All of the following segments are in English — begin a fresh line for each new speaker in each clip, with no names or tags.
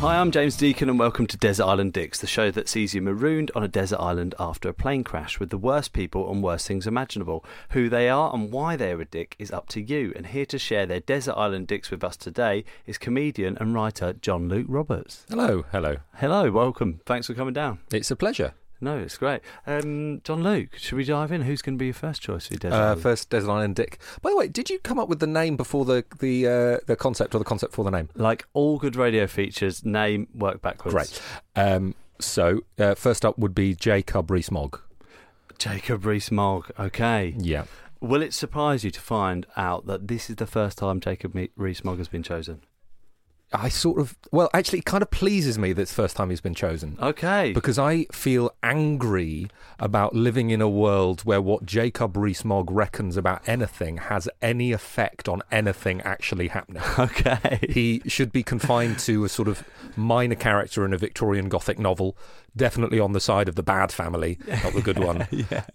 Hi, I'm James Deacon, and welcome to Desert Island Dicks, the show that sees you marooned on a desert island after a plane crash with the worst people and worst things imaginable. Who they are and why they're a dick is up to you, and here to share their Desert Island Dicks with us today is comedian and writer John Luke Roberts.
Hello, hello.
Hello, welcome. Thanks for coming down.
It's a pleasure.
No, it's great. Um, John Luke, should we dive in? Who's going to be your first choice for your Desert
Uh,
Island?
first, Desert Island Dick. By the way, did you come up with the name before the the uh, the concept or the concept for the name?
Like all good radio features, name, work backwards.
Great. Um, so, uh, first up would be Jacob Rees-Mogg.
Jacob Rees-Mogg, okay.
Yeah.
Will it surprise you to find out that this is the first time Jacob Me- Rees-Mogg has been chosen?
I sort of well, actually, it kind of pleases me that it's the first time he's been chosen
Okay.
because I feel angry about living in a world where what Jacob Rees-Mogg reckons about anything has any effect on anything actually happening.
Okay.
he should be confined to a sort of minor character in a Victorian Gothic novel, definitely on the side of the bad family, not the good one.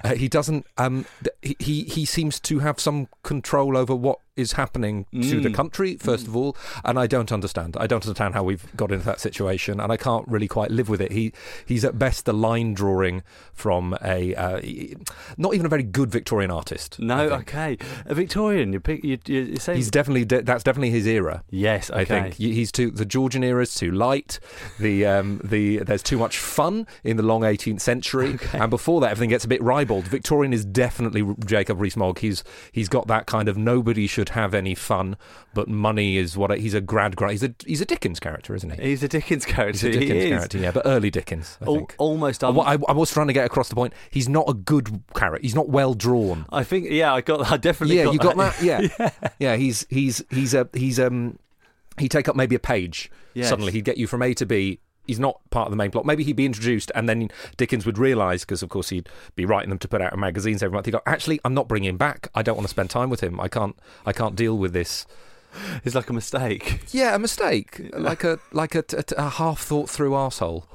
Uh, he doesn't. Um, th- he- he he seems to have some control over what is happening to the country. First of all, and I don't understand. I don't understand how we've got into that situation, and I can't really quite live with it. He he's at best a line drawing from a uh, e- not even a very good Victorian artist.
No, okay. A Victorian, you pick. You, you, you say
He's definitely de- that's definitely his era.
yes. Okay.
I think Y- he's too the Georgian era is too light. The um, the there's too much fun in the long 18th century, and before that everything gets a bit ribald. Victorian is definitely R- Jacob Rees-Mogg. He's he's got that kind of nobody should have any fun, but money is what I- he's a grad grad. He's a he's a Dickens character, isn't he?
he's a Dickens
He's
character.
a Dickens
he is.
character, yeah, but early Dickens. I
Al-
think.
almost. Um,
What I, I was trying to get across the point. He's not a good character. He's not well drawn.
I think. Yeah, I got. I definitely.
Yeah,
got
you
that.
got that. Yeah. yeah, He's he's he's a he's um he take up maybe a page.
Yes.
Suddenly he'd get you from A to B. He's not part of the main plot. Maybe he'd be introduced, and then Dickens would realise because, of course, he'd be writing them to put out in magazines every month. He'd go, "Actually, I'm not bringing him back. I don't want to spend time with him. I can't. I can't deal with this."
It's like a mistake.
Yeah, a mistake, like a like a, a, a half thought through arsehole.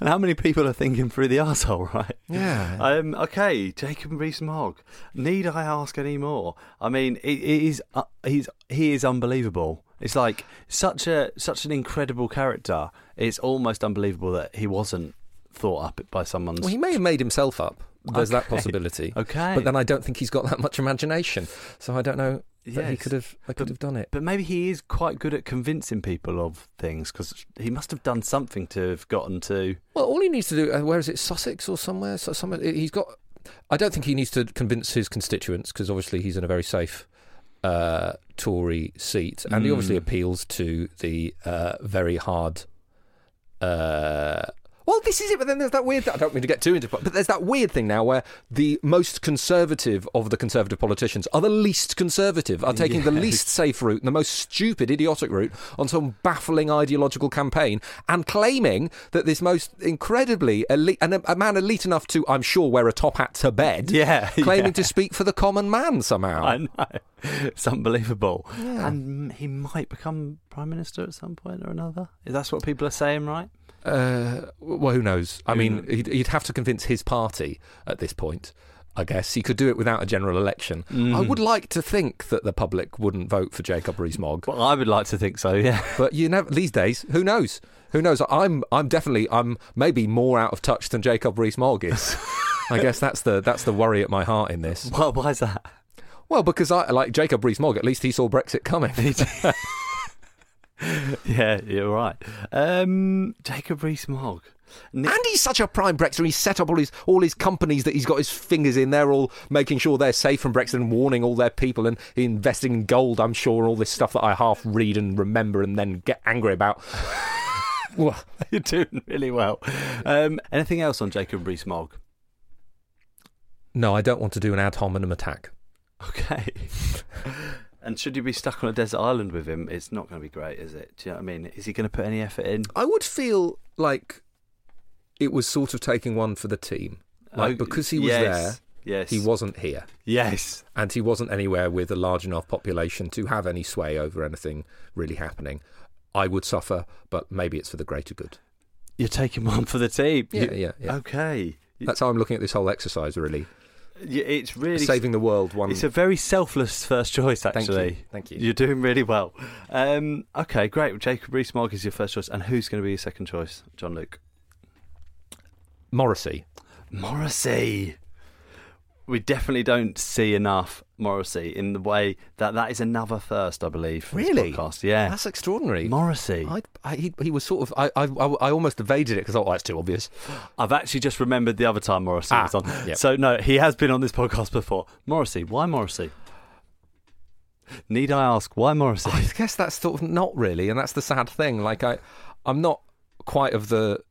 And how many people are thinking through the asshole, right?
Yeah.
Um. Okay. Jacob Rees-Mogg. Need I ask any more? I mean, it, it is. Uh, he's. He is unbelievable. It's like such a such an incredible character. It's almost unbelievable that he wasn't thought up by someone's.
Well, he may have made himself up. There's that possibility.
Okay.
but then I don't think he's got that much imagination, so I don't know that he
Yes.
could have. I could have done it.
But maybe he is quite good at convincing people of things because he must have done something to have gotten to.
Well, all he needs to do, uh, where is it, Sussex or somewhere? So, somewhere he's got. I don't think he needs to convince his constituents because obviously he's in a very safe uh, Tory seat, and he
Hmm.
obviously appeals to the uh, very hard. Uh, well, this is it, but then there's that weird. I don't mean to get too into, but there's that weird thing now where the most conservative of the conservative politicians are the least conservative, are taking the least safe route and the most stupid, idiotic route on some baffling ideological campaign, and claiming that this most incredibly elite and a, a man elite enough to, I'm sure, wear a top hat to bed,
Yeah,
claiming
yeah.
to speak for the common man somehow.
I know. It's unbelievable. And he might become Prime Minister at some point or another. That's what people are saying, right?
Uh, well, who knows? I mean, he'd, he'd have to convince his party at this point. I guess he could do it without a general election. I would like to think that the public wouldn't vote for Jacob Rees-Mogg,
Well, I would like to think so. Yeah.
but you never these days. Who knows? Who knows? I'm I'm definitely I'm maybe more out of touch than Jacob Rees-Mogg is. I guess that's the that's the worry at my heart in this.
Why, why is that?
Well, because I like Jacob Rees-Mogg. At least he saw Brexit coming.
yeah, you're right. Um, Jacob Rees-Mogg. Nick-
And he's such a prime Brexiter. He's set up all his all his companies that he's got his fingers in. They're all making sure they're safe from Brexit and warning all their people and investing in gold. I'm sure and all this stuff that I half read and remember and then get angry about. Well,
You're doing really well. Um, anything else on Jacob Rees-Mogg?
no, I don't want to do an ad hominem attack.
Okay. and should you be stuck on a desert island with him? It's not going to be great, is it? Do you know what I mean? Is he going to put any effort in?
I would feel like it was sort of taking one for the team, like
Oh,
because he was
yes,
there.
Yes.
He wasn't here.
Yes.
and he wasn't anywhere with a large enough population to have any sway over anything really happening. I would suffer, but maybe it's for the greater good.
You're taking one for the team.
Yeah,
You-
yeah, yeah.
Okay. You-
That's how I'm looking at this whole exercise, really.
you- it's really
Saving the world one.
It's a very selfless first choice,
Thank you.
actually.
Thank you.
You're doing really well. Um, okay, great. Jacob Rees-Mogg is your first choice, and who's going to be your second choice? John Luke
Morrissey.
Morrissey. We definitely don't see enough Morrissey in the way that that is another first, I believe. For
Really?
This podcast. Yeah.
That's extraordinary.
Morrissey.
I, I, he, he was sort of. I, I, I I almost evaded it because I thought, oh, that's too obvious.
I've actually just remembered the other time Morrissey
Ah,
was on.
yep.
So no, he has been on this podcast before. Morrissey, why Morrissey? Need I ask why Morrissey?
I guess that's sort of not really, and that's the sad thing. Like I, I'm not quite of the.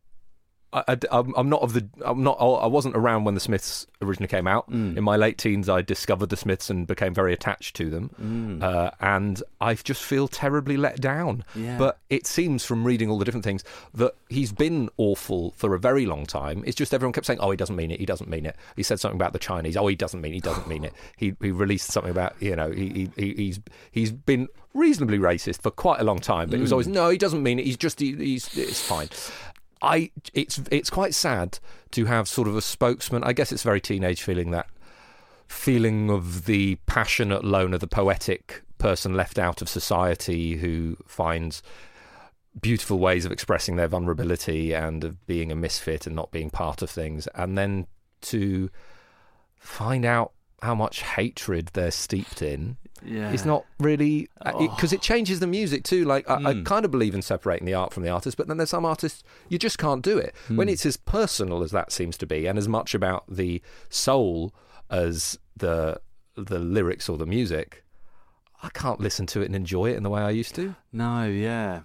I, am I'm not of the. I'm not. I wasn't around when the Smiths originally came out. In my late teens, I discovered the Smiths and became very attached to them. Uh, and I just feel terribly let down.
Yeah.
But it seems from reading all the different things that he's been awful for a very long time. It's just everyone kept saying, "Oh, he doesn't mean it. He doesn't mean it." He said something about the Chinese. Oh, he doesn't mean. He doesn't mean it. He he released something about you know he, he- he he's he's been reasonably racist for quite a long time, but it was always no, he doesn't mean it. He's just he, he's it's fine. I it's it's quite sad to have sort of a spokesman. I guess it's a very teenage feeling that feeling of the passionate loner, the poetic person left out of society who finds beautiful ways of expressing their vulnerability and of being a misfit and not being part of things, and then to find out how much hatred they're steeped in
yeah.
it's not really because it, changes the music too. Like I, I kind of believe in separating the art from the artist, but then there's some artists you just can't do it when it's as personal as that seems to be, and as much about the soul as the the lyrics or the music. I can't listen to it and enjoy it in the way I used to.
No, yeah.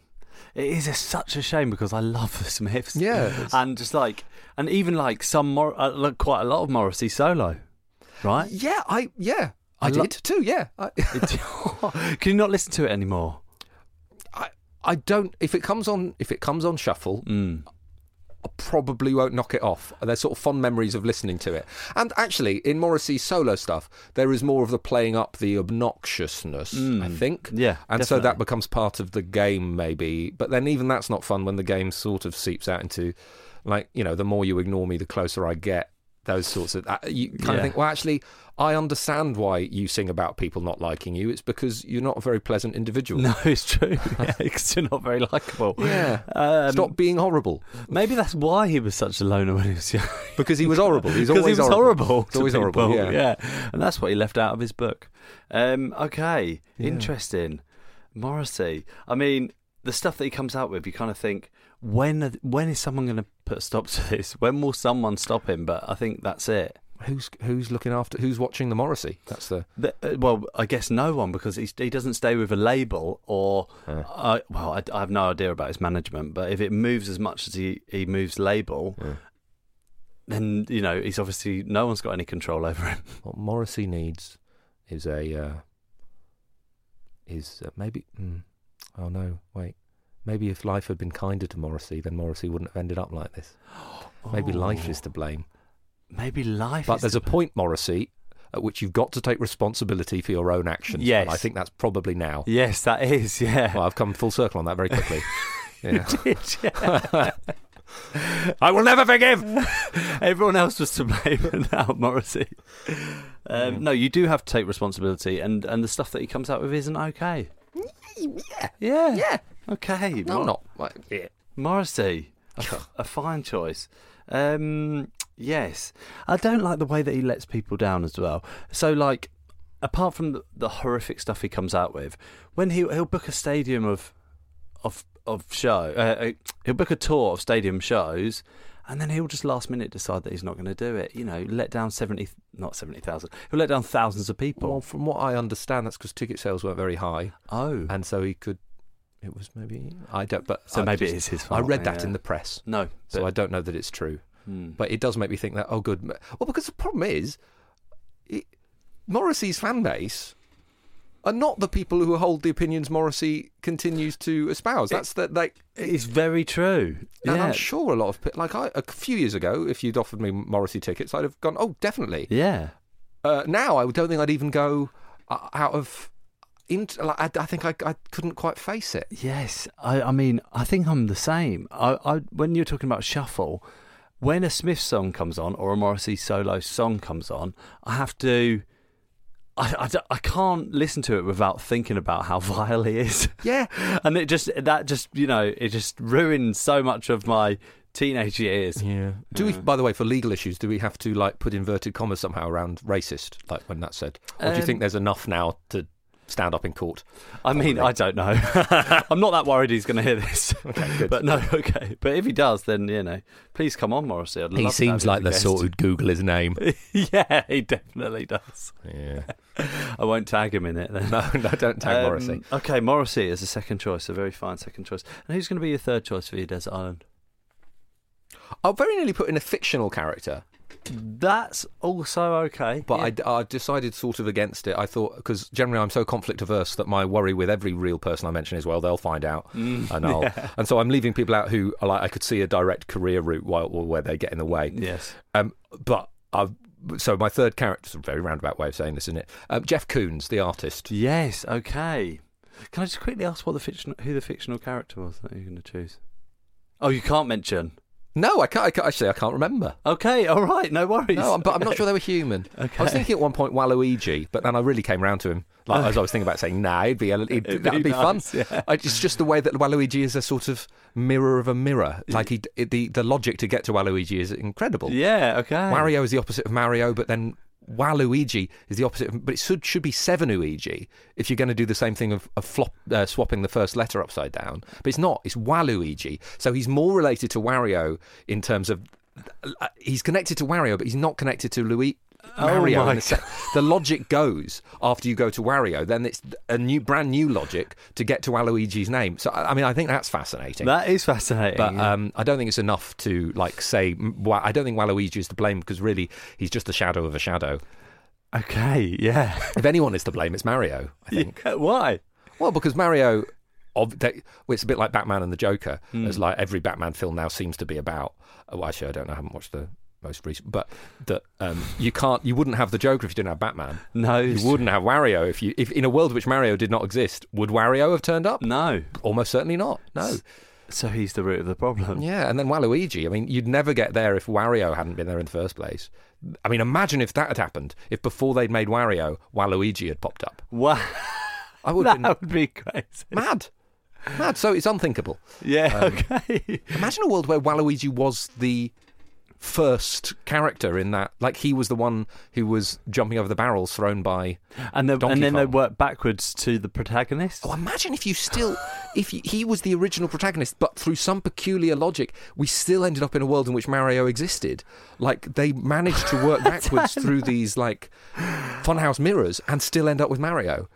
It is a, such a shame because I love the Smiths.
Yeah, it's-
And just like, and even like some, Mor- uh, like quite a lot of Morrissey solo, right?
Yeah, I yeah. I,
I lo-
did too, yeah. I,
Can you not listen to it anymore?
I, I don't. If it comes on, if it comes on shuffle,
Mm.
I probably won't knock it off. There's sort of fond memories of listening to it. And actually, in Morrissey's solo stuff, there is more of the playing up the obnoxiousness. I think.
Mm. Yeah,
And so that
definitely.
becomes part of the game, maybe. But then even that's not fun when the game sort of seeps out into, like you know, the more you ignore me, the closer I get. Those sorts of uh, you kind
Yeah.
of think. Well, actually, I understand why you sing about people not liking you. It's because you're not a very pleasant individual.
No, it's true. Yeah, because you're not very likable.
Yeah.
Um,
Stop being horrible.
Maybe that's why he was such a loner when he was young.
Because he was horrible. He's
Because
always
he was horrible.
horrible. He's always
to
horrible,
people,
yeah.
And that's what he left out of his book. Um, okay. Interesting. Morrissey. I mean, the stuff that he comes out with, you kind of think, when are- when is someone going to put a stop to this? When will someone stop him? But I think that's it.
Who's who's looking after? Who's watching the Morrissey? That's the
The- uh, well, I guess no one because he's, he doesn't stay with a label or, I well, I, I have no idea about his management, but if it moves as much as he, he moves label, then, you know, he's obviously, no one's got any control over him.
what Morrissey needs is a uh, is uh, maybe. Mm, oh no, wait. Maybe if life had been kinder to Morrissey, then Morrissey wouldn't have ended up like this. Maybe life is to blame.
Maybe life.
But
Oh. is
there's
the-
a point, Morrissey, at which you've got to take responsibility for your own actions.
Yes.
And I think that's probably now.
Yes, that is. Yeah.
Well, I've come full circle on that very quickly.
You did, yeah.
I will never forgive.
Everyone else was to blame, and now Morrissey. Um, no, you do have to take responsibility, and, and the stuff that he comes out with isn't okay.
yeah.
Yeah.
Yeah.
Okay.
No,
Mor-
I'm not. Like, yeah.
Morrissey, a, f- a fine choice. Um, yes, I don't like the way that he lets people down as well. So, like, apart from the, the horrific stuff he comes out with, when he he'll book a stadium of of of show, uh, uh, he'll book a tour of stadium shows. And then he'll just last minute decide that he's not going to do it. You know, let down 70, not 70,000. He'll let down thousands of people.
Well, from what I understand, that's because ticket sales weren't very high,
oh.
and so he could. It was maybe I don't, but
So
I
maybe
Oh, just-
it is his
I
fault,
read that
yeah.
in the press, Hmm.
no.
so I don't know that it's true. But it does make me think that oh, good. Well, because the problem is, it, Morrissey's fan base are not the people who hold the opinions Morrissey continues to espouse. That's that like.
it's very true.
And
yeah.
I'm sure a lot of pe- like I a few years ago, if you'd offered me Morrissey tickets, I'd have gone. Oh, definitely.
yeah.
Uh, now I don't think I'd even go uh, out of. Into, like, I, I think I, I couldn't quite face it.
Yes, I, I mean, I think I'm the same. I, I when you're talking about shuffle, when a Smith song comes on or a Morrissey solo song comes on, I have to. I, I, don't- I can't listen to it without thinking about how vile he is.
Yeah.
and it just that just you know it just ruined so much of my teenage years.
Yeah. Do we, by the way, for legal issues, do we have to like put inverted commas somehow around racist, like when that's said, or do you
Um,
think there's enough now to stand up in court?
I mean, I don't know. I'm not that worried he's going to hear this.
good.
But no, okay. But if he does, then you know, please come on, Morrissey. I'd love to have you as a guest.
who'd Google his name.
yeah, he definitely does.
yeah.
I won't tag him in it then.
No, no, don't tag
Um,
Morrissey.
Okay, Morrissey is a second choice, a very fine second choice. And who's going to be your third choice for your desert island?
I'll very nearly put in a fictional character,
That's also okay.
but
Yeah.
I d I I, decided sort of against it. I thought because generally I'm so conflict averse that my worry with every real person I mention is, well, they'll find out, and I'll, and so I'm leaving people out who are like I could see a direct career route while, where they get in the way.
yes,
Um, but I've so my third character it's a very roundabout way of saying this, isn't it? Um, Jeff Koons, the artist.
yes, okay. Can I just quickly ask what the fictional, who the fictional character was that you're going to choose? Oh, you can't mention.
No, I can't. I can't actually, I can't remember.
Okay, all right, no worries.
No, I'm, but I'm not sure they were human. I was
Okay.
thinking at one point Waluigi, but then I really came round to him. Like as I was thinking about saying, nah, it'd be, a, it'd,
It'd
that'd
be
be, fun.
nice, yeah.
I, it's just the way that Waluigi is a sort of mirror of a mirror. Like he, it, the the logic to get to Waluigi is incredible.
Yeah, okay.
Mario is the opposite of Mario, but then Waluigi is the opposite. Of, but it should should be Sevenuigi if you're going to do the same thing of, of flop, uh, swapping the first letter upside down. But it's not. It's Waluigi. So he's more related to Wario in terms of uh, he's connected to Wario, but he's not connected to Luigi. Mario,
my
in the, se- the logic goes after you go to Wario. Then it's a new, brand new logic to get to Waluigi's name. So I I mean, I think that's fascinating.
That is fascinating.
But um, I don't think it's enough to like say. m- Wa- I don't think Waluigi is to blame because really he's just a shadow of a shadow.
okay, yeah.
If anyone is to blame, it's Mario. I think.
Yeah, Why?
Well, because Mario, of, they, well, it's a bit like Batman and the Joker. As like every Batman film now seems to be about. Well, actually, I don't know. I haven't watched the most recent, but that um, you can't. You wouldn't have the Joker if you didn't have Batman.
No,
You wouldn't have Wario if you. If in a world which Mario did not exist, would Wario have turned up?
No.
Almost certainly not. No.
So he's the root of the problem.
Yeah, and then Waluigi. I mean, you'd never get there if Wario hadn't been there in the first place. I mean, imagine if that had happened. If before they'd made Wario, Waluigi had popped up.
Wow.
I would have been
That would be crazy.
mad. Mad. So it's unthinkable.
Yeah,
Um,
okay.
Imagine a world where Waluigi was the first character in that. Like, he was the one who was jumping over the barrels thrown by.
And, then
Donkey
and then they
Kong.
work backwards to the protagonist.
Oh, imagine if you still. If you, he was the original protagonist, but through some peculiar logic, we still ended up in a world in which Mario existed. Like, they managed to work backwards through these, like, funhouse mirrors and still end up with Mario.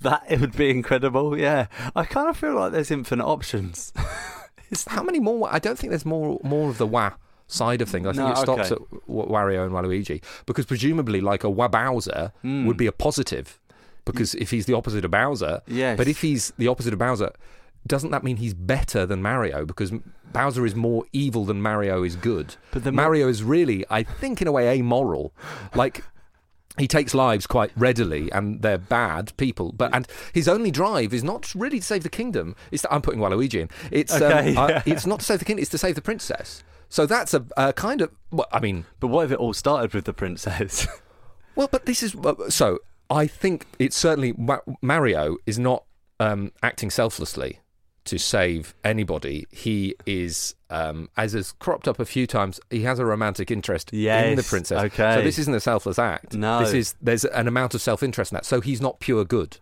That it would be incredible. Yeah, I kind of feel like there's infinite options.
How many more? I don't think there's more more of the wah side of things. I think
No,
it stops
okay.
at w- Wario and Waluigi because presumably, like a wah Bowser
Hmm.
would be a positive because if he's the opposite of Bowser,
Yes.
But if he's the opposite of Bowser, doesn't that mean he's better than Mario? Because M- Bowser is more evil than Mario is good.
But the mo-
Mario is really, I think, in a way, amoral. Like he takes lives quite readily and they're bad people but and his only drive is not really to save the kingdom it's that i'm putting waluigi in it's um,
Okay,
uh,
yeah.
it's not to save the kingdom it's to save the princess so that's a, a kind of well, i mean
But what if it all started with the princess?
well but this is uh, so i think it's certainly Ma- mario is not um, acting selflessly to save anybody he is um, as has cropped up a few times he has a romantic interest in the
Yes,
princess so
okay.
this isn't a selfless act
No.
this is there's an amount of self-interest in that so he's not pure good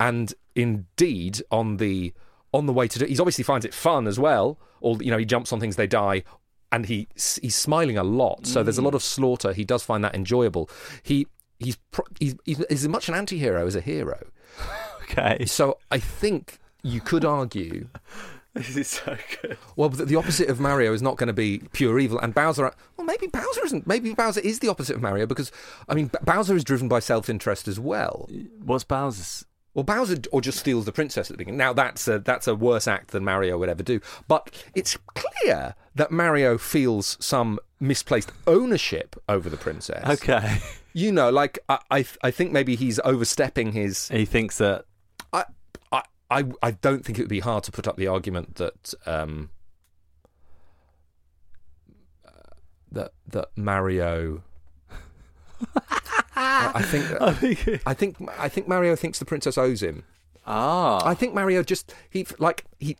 and indeed on the on the way to do he's obviously finds it fun as well all you know he jumps on things they die and he he's smiling a lot so there's a lot of slaughter he does find that enjoyable he he's pro- he's, he's as much an anti-hero as a hero
okay.
so i think you could argue
This is so good.
well the, the opposite of mario is not going to be pure evil and bowser well maybe bowser isn't maybe bowser is the opposite of mario because i mean B- bowser is driven by self-interest as well
What's Bowser's?
Well, Bowser d- or just steals the princess at the beginning. Now that's a that's a worse act than Mario would ever do. But it's clear that Mario feels some misplaced ownership over the princess.
Okay.
You know, like I I, th- I think maybe he's overstepping his.
He thinks that.
I, I I I don't think it would be hard to put up the argument that um uh, that that Mario. I I think I think I think Mario thinks the princess owes him.
ah.
I think Mario just he like he.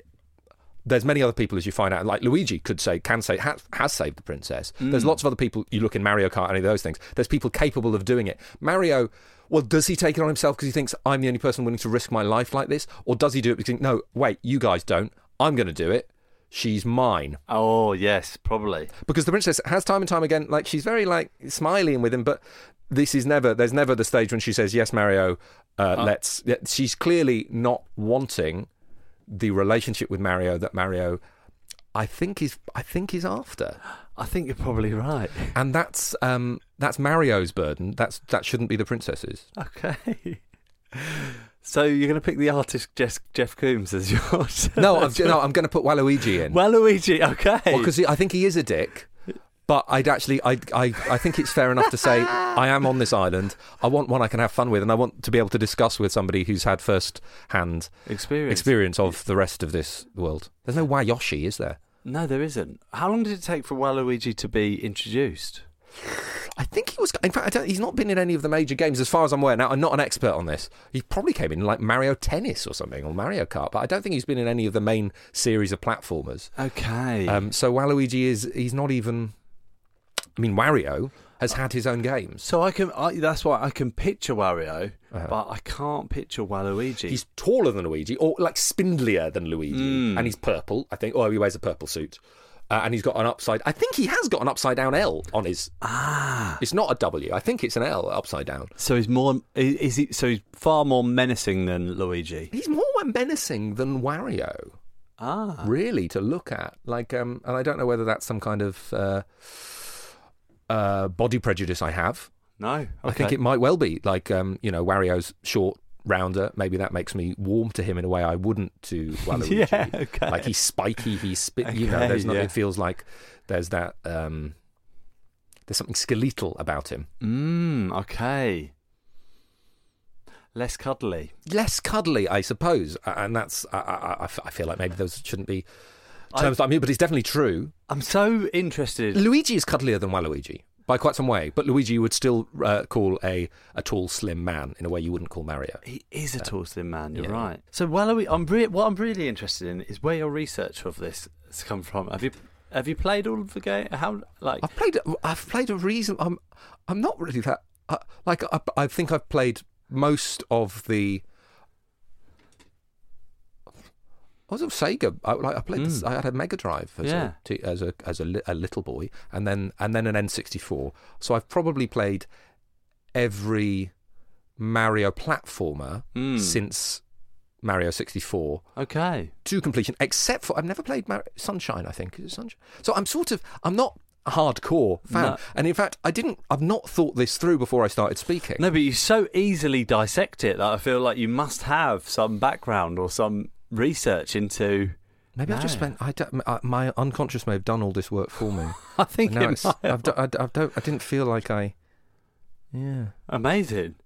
There's many other people as you find out. Like Luigi could say, can say, has, has saved the princess. There's lots of other people you look in Mario Kart, any of those things. There's people capable of doing it. Mario, well, does he take it on himself because he thinks I'm the only person willing to risk my life like this, or does he do it because he thinks, no, wait, you guys don't. I'm going to do it. She's mine
oh yes, probably.
because the princess has time and time again like she's very like smiling with him but this is never there's never the stage when she says yes mario uh, let's yeah, she's clearly not wanting the relationship with mario that mario i think is i think is after
I think you're probably right.
and that's um that's mario's burden that's that shouldn't be the princess's
Okay. So you're going to pick the artist Jeff, Jeff Coombs as yours?
no i'm no i'm going to put waluigi in
well, Luigi. Okay.
Well, because I think he is a dick. But I'd actually, I, I, I think it's fair enough to say I am on this island. I want one I can have fun with, and I want to be able to discuss with somebody who's had first-hand
experience.
experience of the rest of this world. There's no Wayoshi, is there?
No, there isn't. How long did it take for Waluigi to be introduced?
I think he was. In fact, I don't, he's not been in any of the major games, as far as I'm aware. Now, I'm not an expert on this. He probably came in like Mario Tennis or something, or Mario Kart, but I don't think he's been in any of the main series of platformers.
Okay.
Um, so Waluigi is he's not even. I mean, Wario has had his own games.
so I can. I, that's why I can picture Wario, but I can't picture Waluigi.
He's taller than Luigi, or like spindlier than Luigi, and he's purple. I think. Oh, he wears a purple suit, uh, and he's got an upside. I think he has got an upside down L on his. Ah, it's not a W. I think it's an L upside down.
so he's more. Is is he? So he's far more menacing than Luigi.
He's more menacing than Wario,
Ah.
really, to look at. Like, um, and I don't know whether that's some kind of uh, uh, body prejudice I have.
No. Okay.
I think it might well be. Like, um, you know, Wario's short, rounder. Maybe that makes me warm to him in a way I wouldn't to Waluigi.
Yeah, okay.
Like he's spiky, he's spit. you know,
Okay,
there's not,
yeah.
it feels like there's that. Um, there's something skeletal about him.
Mmm. Okay. Less cuddly.
Less cuddly, I suppose, A- and that's. I, I, I- I f- I feel like maybe those shouldn't be terms. I, I mean, but it's definitely true.
I'm so interested.
Luigi is cuddlier than Waluigi by quite some way, but Luigi you would still uh, call a a tall, slim man in a way you wouldn't call Mario.
He is a tall, slim man. You're
yeah.
right. So, Waluigi, I'm re- what I'm really interested in is where your research of this has come from. Have you have you played all of the game? How like
I've played. I've played a reason. I'm. I'm not really that. I, like I, I think I've played most of the. I was a Sega. I, like, I played. this- I had a Mega Drive
Hmm.
as
Yeah.
a t- as a as a, li- a little boy, and then and then an N sixty four. So I've probably played every Mario platformer
Hmm.
since Mario sixty four
okay,
to completion, except for I've never played Mar- Sunshine. I think is it Sunshine. So I'm sort of I'm not a hardcore fan,
No.
and in fact I didn't I've not thought this through before I started speaking.
no, but you so easily dissect it that I feel like you must have some background or some research into.
Maybe I've just
No.
spent I don't, I, my unconscious may have done all this work for me.
I think
now
it
it's,
might
I've,
have.
do- I, I don't I didn't feel like I Yeah.
Amazing.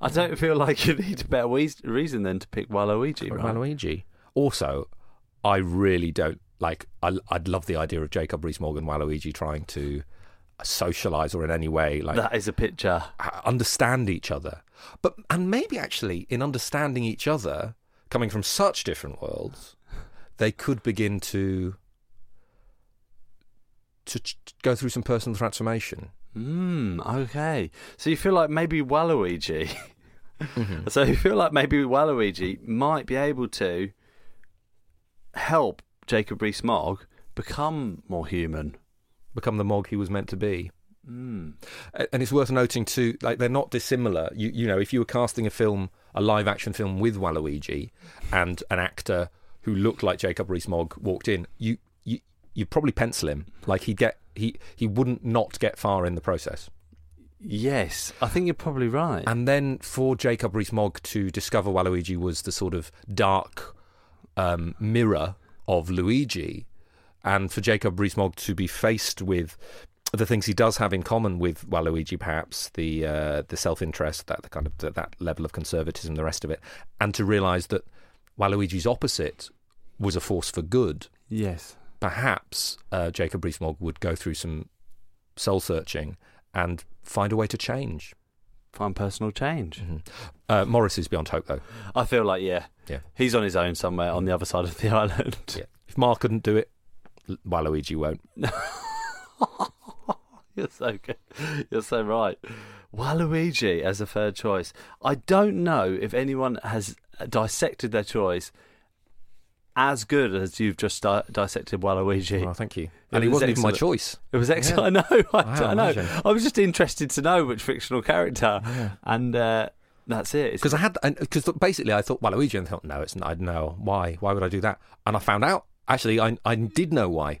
I don't feel like you need a better weas- reason than to pick Waluigi,
Or
right?
Waluigi. Also, I really don't like. I, I'd love the idea of Jacob Rees-Morgan Waluigi trying to socialize or in any way like
that is a picture.
h- understand each other. But and maybe actually in understanding each other, coming from such different worlds, they could begin to to ch- go through some personal transformation.
Hmm, okay. So you feel like maybe Waluigi.
Mm-hmm.
So you feel like maybe Waluigi might be able to help Jacob Rees Mogg become more human.
become the mog he was meant to be.
Mm.
A- And it's worth noting too, like they're not dissimilar. You you know, if you were casting a film, a live action film with Waluigi, and an actor who looked like Jacob Rees-Mogg walked in, you you you'd probably pencil him. Like he'd get he he wouldn't not get far in the process.
Yes, I think you're probably right.
And then for Jacob Rees-Mogg to discover Waluigi was the sort of dark um, mirror of Luigi, and for Jacob Rees-Mogg to be faced with the things he does have in common with Waluigi, perhaps the uh, the self-interest, that the kind of that, that level of conservatism, the rest of it, and to realise that Waluigi's opposite was a force for good.
yes.
Perhaps uh, Jacob Rees-Mogg would go through some soul searching and find a way to change.
Find personal change.
Mhm. Uh, Morris is beyond hope, though.
I feel like, yeah.
Yeah.
He's on his own somewhere on the other side of the island.
If Mark couldn't do it, L- Waluigi won't.
You're so good. You're so right. Waluigi as a third choice. I don't know if anyone has dissected their choice as good as you've just di- dissected Waluigi.
Well, thank you.
Oh, It
and he
was
wasn't even my
excellent.
choice.
It was excellent. I know. I, I know.
imagine.
I was just interested to know which fictional character, and uh, that's it. It's-
Because I had, because basically I thought Waluigi and I thought, no, it's not, I know why, why would I do that? And I found out, actually, I, I did know why.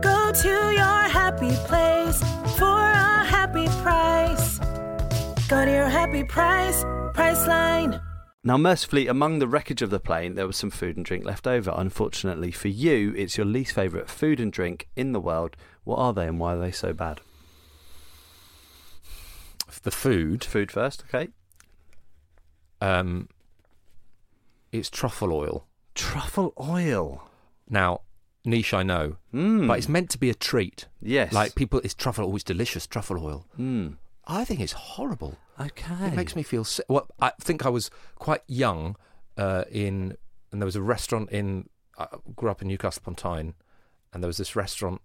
Go to your happy place for a happy price. Go to your happy price, Priceline.
Now, mercifully, among the wreckage of the plane, there was some food and drink left over. Unfortunately for you, it's your least favourite food and drink in the world. What are they and why are they so bad?
The food,
Food first, okay?
um, it's truffle oil.
Truffle oil.
Now, niche I know,
Mm.
but it's meant to be a treat.
yes.
Like people, it's truffle oil, it's delicious, truffle oil.
Mm.
I think it's horrible.
Okay.
It makes me feel sick. Well, I think I was quite young uh, in, and there was a restaurant in. I grew up in Newcastle upon Tyne, and there was this restaurant,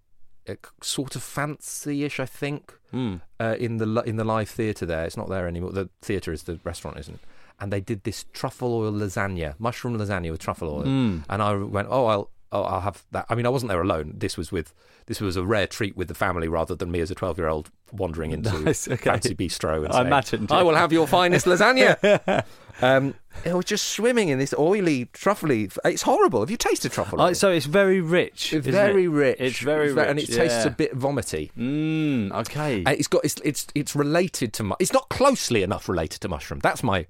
uh, sort of fancy-ish, I think,
Mm.
uh, in the li- in the live theatre. There, it's not there anymore. The theatre is the restaurant, isn't? it? And they did this truffle oil lasagna, mushroom lasagna with truffle oil,
Hmm.
and I went, oh, I'll. Oh, I'll have that. I mean, I wasn't there alone. This was with this was a rare treat with the family, rather than me as a twelve-year-old wandering into
Nice, okay.
fancy bistro. And
I
saying,
imagined
I
it.
will have your finest lasagna. um, it was just swimming in this oily truffly. It's horrible. Have you tasted truffle?
Oh,
oil?
so it's very rich.
it's
isn't
very
it?
rich.
It's very
ve-
rich.
and it tastes
yeah.
a bit vomity.
Mm, okay.
And It's got it's it's it's related to mu- it's not closely enough related to mushroom. That's my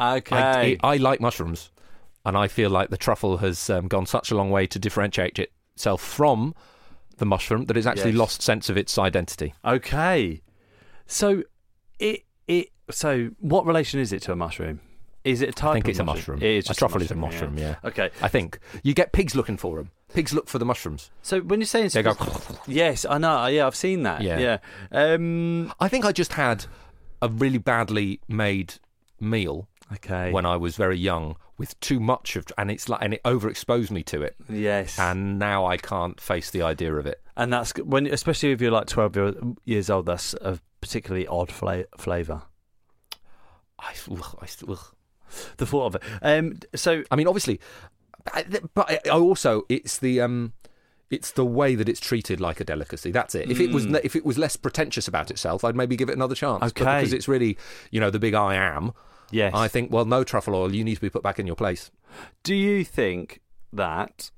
okay.
I, I like mushrooms, and I feel like the truffle has um, gone such a long way to differentiate itself from the mushroom that it's actually
Yes.
lost sense of its identity.
Okay. So it it so what relation is it to a mushroom? Is it a type
I think
of
it's a mushroom.
It is
a
just
truffle is a mushroom. Yeah.
Okay.
I think you get pigs looking for them. Pigs look for the mushrooms.
So when you're saying
They go.
Yes, I know. Yeah, I've seen that. Yeah.
Yeah.
Um
I think I just had a really badly made meal
okay.
when I was very young with too much of, and it's like, and it overexposed me to it,
yes. And,
and now I can't face the idea of it.
and that's g- when especially if you're like 12 year, years old that's a particularly odd fla- flavor.
I, ugh, I, ugh.
The thought of it. Um so
I mean, obviously, I- th- but I- I also it's the um, it's the way that it's treated like a delicacy. That's it. If it was
Hmm.
ne- if it was less pretentious about itself, I'd maybe give it another chance. But
Okay.
because it's really you know the big I am.
Yes.
I think, well, no truffle oil. You need to be put back in your place.
Do you think that?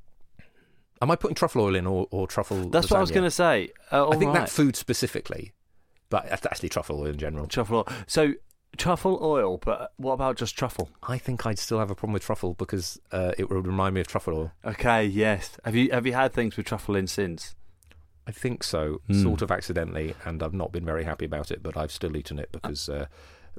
Am I putting truffle oil in or, or truffle?
That's what I was
lasagna?
going to say. Uh,
I think
alright.
that food specifically, but that's actually truffle oil in general.
truffle oil. So truffle oil, but what about just truffle?
I think I'd still have a problem with truffle because uh, it would remind me of truffle oil.
Okay, yes. Have you have you had things with truffle in since?
I think so,
Mm.
sort of accidentally, and I've not been very happy about it, but I've still eaten it because uh,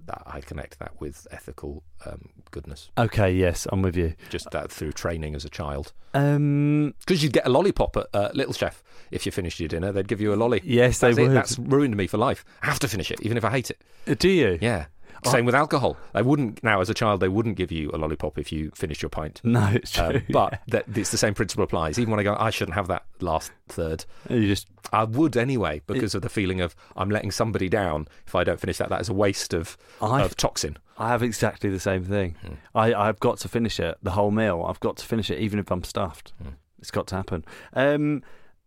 that I connect that with ethical um, goodness,
Okay, yes, I'm with you.
just that through training as a child.
Um,
Because you'd get a lollipop at uh, Little Chef if you finished your dinner, they'd give you a lolly.
Yes, they
that's it.
would.
That's ruined me for life. I have to finish it, even if I hate it.
do you?
Yeah.
Oh.
Same with alcohol. They wouldn't now, as a child, they wouldn't give you a lollipop if you finished your pint.
No, it's true.
Um, but that, it's the same principle applies. Even when I go, I shouldn't have that last third.
you just
I would anyway because of the feeling of I'm letting somebody down if I don't finish that. That is a waste of
I've-
of toxin.
I have exactly the same thing.
Hmm.
I, I've got to finish it, the whole meal. I've got to finish it, even if I'm stuffed.
Hmm.
It's got to happen. Um,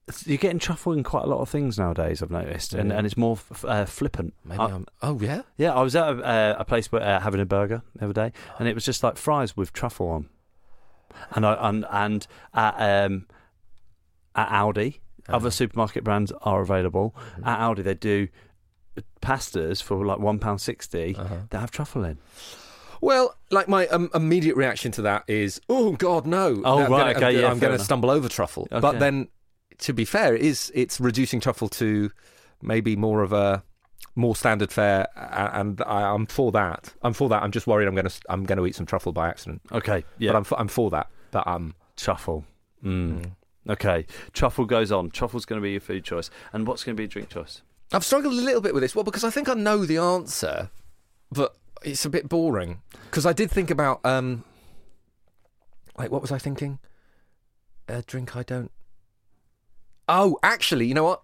s- you're getting truffle in quite a lot of things nowadays, I've noticed, and,
Yeah.
and it's more f- f- uh, flippant.
Maybe
I-
I'm. Oh yeah.
yeah, I was at a, uh, a place where uh, having a burger the other day, and it was just like fries with truffle on. And I and and at, um, at Aldi,
Uh-huh.
other supermarket brands are available.
Mm-hmm.
At Aldi, they do uh, pastas for like one pound sixty
Uh-huh.
that have truffle in.
Well, like my um, immediate reaction to that is, oh God, no.
Oh,
That- I'm
right,
gonna-
okay, yeah,
I'm
fair
going
enough.
to stumble over truffle.
Okay.
But then, to be fair, it is it's reducing truffle to maybe more of a more standard fare, a- and I, I'm for that. I'm for that. I'm just worried I'm going to I'm going to eat some truffle by accident.
Okay, yeah,
But I'm for, I'm for that. But um,
Truffle. Mm. Okay. Truffle goes on. Truffle's going to be your food choice. And what's going to be your drink choice?
I've struggled a little bit with this. Well, because I think I know the answer, but it's a bit boring. Because I did think about, um, like, what was I thinking? A drink I don't. Oh, actually, you know what?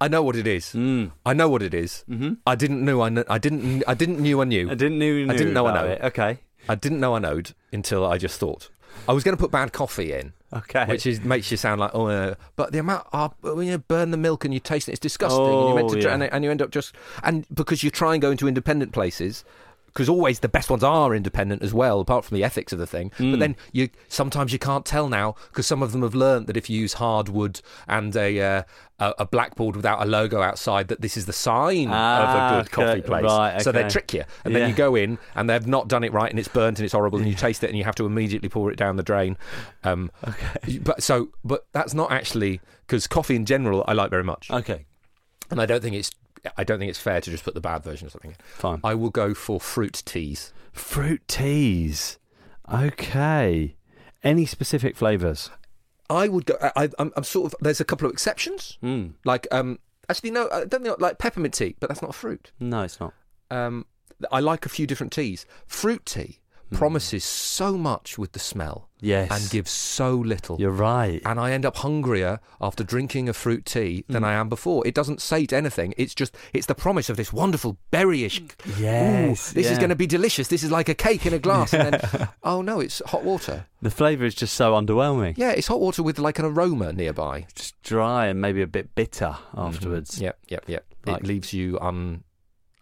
I know what it is.
Mm.
I know what it is.
Mhm.
I didn't know. I, kn- I didn't. I didn't knew. I
I
knew.
didn't know. You
I didn't know I
about
know.
it. Okay.
I didn't know. I knowed until I just thought. I was going to put bad coffee in,
Okay.
which is makes you sound like oh, uh, but the amount of, when you burn the milk and you taste it, it's disgusting. and, you meant to,
Oh,
dr-
yeah.
and, and you end up just and because you try and go into independent places. Because always the best ones are independent as well, apart from the ethics of the thing.
Hmm.
But then you sometimes you can't tell now because some of them have learnt that if you use hardwood and a uh, a, a blackboard without a logo outside, that this is the sign
Ah,
of a good
okay.
coffee place.
Right,
So they
okay.
trick you, and
Yeah.
then you go in and they've not done it right, and it's burnt and it's horrible, and you taste it, and you have to immediately pour it down the drain. Um, you- But so, but that's not actually because coffee in general I like very much,
okay.
and I don't think it's I don't think it's fair to just put the bad version of something. in.
Fine.
I will go for fruit teas.
Fruit teas. Okay. Any specific flavours?
I would go. I, I- I'm, I'm sort of there's a couple of exceptions,
Mm.
like um actually no, I don't think I like peppermint tea, but that's not a fruit.
No, it's not.
Um, I like a few different teas. Fruit tea promises so much with the smell.
Hmm. Yes.
and gives so little.
You're right.
and I end up hungrier after drinking a fruit tea than
Mm.
I am before. It doesn't sate anything. It's just it's the promise of this wonderful berryish.
Mm. Yes,
Ooh, this is
yeah.
going to be delicious. This is like a cake in a glass. And then, oh no, it's hot water.
The flavour is just so underwhelming.
Yeah, it's hot water with like an aroma nearby.
Just dry and maybe a bit bitter Mm-hmm. afterwards.
Yep, yep, yep.
Like-
it leaves you un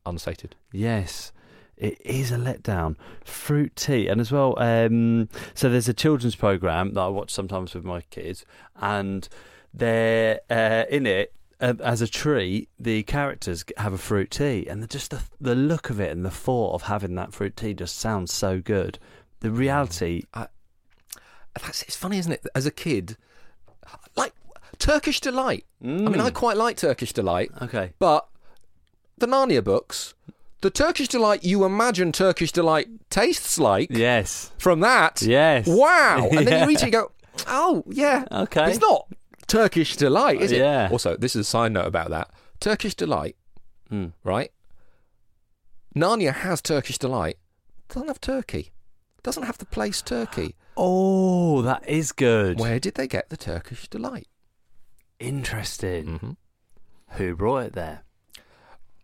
unsated.
Yes, it is a letdown. Fruit tea, and as well, um, so there's a children's program that I watch sometimes with my kids, and they're uh, in it. Uh, as a treat, the characters g- have a fruit tea, and the, just the the look of it and the thought of having that fruit tea just sounds so good. The reality,
That's it's funny, isn't it? As a kid, like Turkish delight. I mean, I
Mm.
quite like Turkish delight.
Uh, okay,
But the Narnia books, the Turkish delight you imagine Turkish delight tastes like
yes,
from that.
Yes.
Wow. And then
Yeah.
you eat it and go, oh, yeah.
Okay.
It's not Turkish delight, is it?
Yeah.
Also, this is a side note about that. Turkish delight,
Hmm.
right? Narnia has Turkish delight, doesn't have turkey. Doesn't have the place turkey.
oh, that is good.
Where did they get the Turkish delight?
Interesting.
Mm-hmm.
Who brought it there?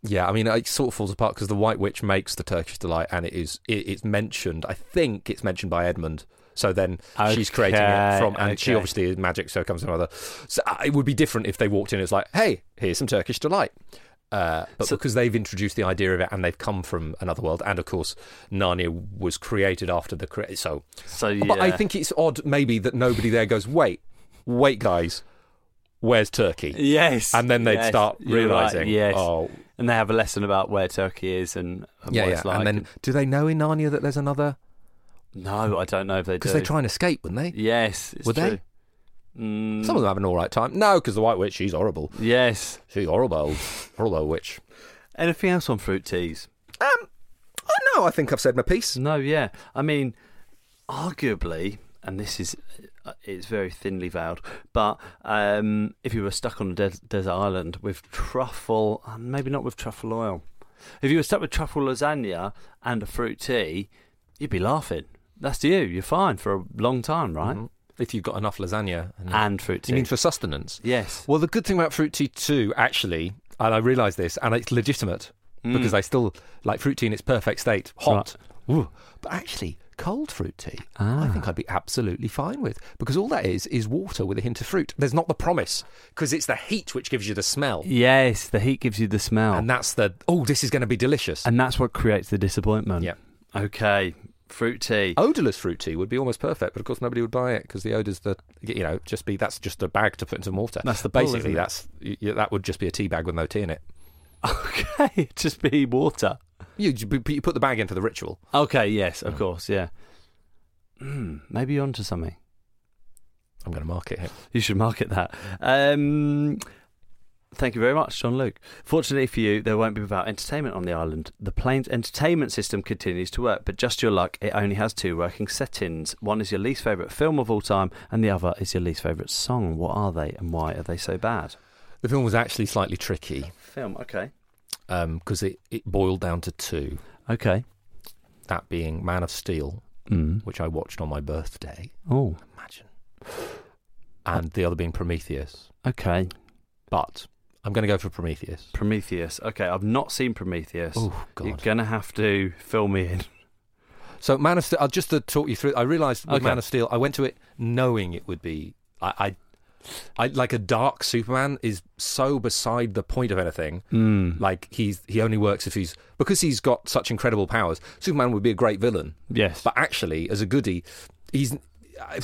Yeah, I mean, it sort of falls apart because the White Witch makes the Turkish delight, and it is it, it's mentioned. I think it's mentioned by Edmund. So then she's creating
Okay,
it from, and she
okay.
obviously is magic, so it comes from another. So uh, it would be different if they walked in. It's like, hey, here's some Turkish delight. Uh, but
So-
because they've introduced the idea of it and they've come from another world, and of course, Narnia was created after the cre- so.
So yeah,
But I think it's odd, maybe, that nobody there goes, wait, wait, guys, where's Turkey?
yes,
And then they'd
yes,
start
you're right,
realizing,
yes,
oh.
and they have a lesson about where Turkey is and, and
Yeah,
what
yeah.
it's like.
and then do they know in Narnia that there's another?
no, I don't know if they do.
Because they try and escape, wouldn't they?
Yes, it's
Would
true. Mm,
they? Some of them have an all right time. No, because the White Witch, she's horrible.
Yes.
She's horrible, horrible witch.
Anything else on fruit teas?
Um, oh, no, I think I've said my piece.
No, yeah. I mean, arguably, and this is uh, it's very thinly veiled, but um, if you were stuck on a des- desert island with truffle, uh, maybe not with truffle oil, if you were stuck with truffle lasagna and a fruit tea, you'd be laughing. That's you. You're fine for a long time, right?
If you've got enough lasagna and,
And fruit tea.
Mm-hmm. you mean for sustenance.
yes.
Well, the good thing about fruit tea too, actually, and I realise this, and it's legitimate
Mm.
because I still like fruit tea in its perfect state, hot. Ooh. But actually, cold fruit tea, I think
Ah.
I'd be absolutely fine with because all that is is water with a hint of fruit. There's not the promise because it's the heat which gives you the smell,
Yes, the heat gives you the smell.
and that's the oh, this is going to be delicious.
and that's what creates the disappointment.
Yeah. Oh.
Okay. Fruit tea.
odorless fruit tea would be almost perfect, but of course nobody would buy it because the odors that you know just be that's just a bag to put into water.
That's the pull, isn't
basically
it?
that's y y- that would just be a tea bag with no tea in it.
Okay. Just be water.
You you put you put the bag in for the ritual.
Okay, yes, of course, yeah. Hmm, maybe you're onto something.
I'm going to mark it here.
You should market that. Um, thank you very much, John Luke. Fortunately for you, there won't be without entertainment on the island. The plane's entertainment system continues to work, but just your luck, it only has two working settings. One is your least favourite film of all time, and the other is your least favourite song. What are they, and why are they so bad?
The film was actually slightly tricky
Film, okay.
because it, it boiled down to two,
Okay.
that being Man of Steel,
Mm.
which I watched on my birthday.
Oh,
Imagine. And the other being Prometheus.
okay.
But I'm going to go for Prometheus.
Prometheus. Okay, I've not seen Prometheus.
Oh, God.
You're going to have to fill me in.
So Man of Steel, uh, just to talk you through, I realised with
Okay.
Man of Steel, I went to it knowing it would be, I, I, I like a dark Superman is so beside the point of anything. Like he's he only works if he's because he's got such incredible powers. Superman would be a great villain,
Yes.
but actually as a goody, he's. I,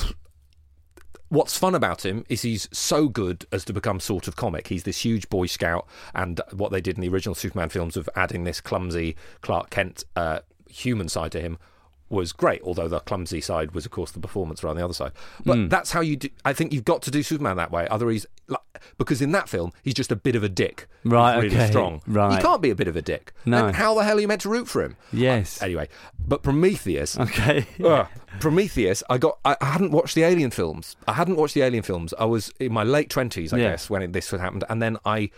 What's fun about him is he's so good as to become sort of comic. He's this huge Boy Scout, and what they did in the original Superman films of adding this clumsy Clark Kent uh, human side to him was great. Although the clumsy side was, of course, the performance on the other side. But
Hmm.
that's how you do. I think you've got to do Superman that way. Otherwise, like, because in that film he's just a bit of a dick, He's
Right,
really
okay,
strong.
right.
you can't be a bit of a dick.
No.
Then how the hell are you meant to root for him?
Yes.
Anyway, but Prometheus.
Okay.
Ugh. Prometheus. I got. I I hadn't watched the Alien films. I hadn't watched the Alien films. I was in my late twenties, I
Yeah.
guess, when it, this had happened. And then I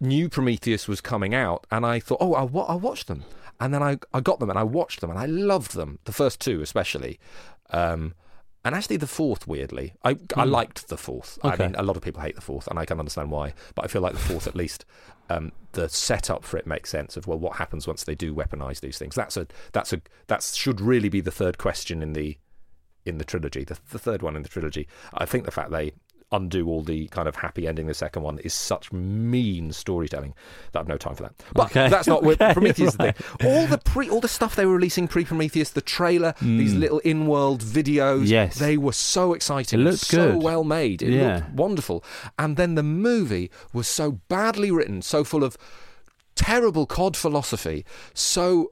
knew Prometheus was coming out, and I thought, oh, I'll, wa- I'll watch them. And then I, I got them, and I watched them, and I loved them. The first two, especially. Um, and actually, the fourth, weirdly, I, I liked the fourth.
Hmm. Okay.
I mean, a lot of people hate the fourth, and I can understand why. But I feel like the fourth, at least, um, the setup for it makes sense of well, what happens once they do weaponize these things. That's a that's a that should really be the third question in the in the trilogy, the, the third one in the trilogy. I think the fact they undo all the kind of happy ending, the second one, is such mean storytelling that I've no time for that. But
Okay.
that's not where
Okay,
Prometheus is
right.
the thing. All the pre, all the stuff they were releasing pre Prometheus, the trailer, these little in-world videos,
Hmm. Yes.
they were so exciting,
It
and
looked
so
good.
well made, it
Yeah.
looked wonderful. And then the movie was so badly written, so full of terrible cod philosophy, so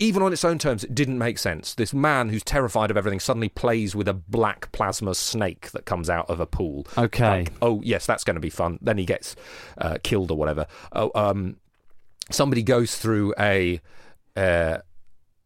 even on its own terms, it didn't make sense. This man who's terrified of everything suddenly plays with a black plasma snake that comes out of a pool.
Okay.
Like, oh, yes, that's going to be fun. Then he gets uh, killed or whatever. Oh, um, somebody goes through a uh,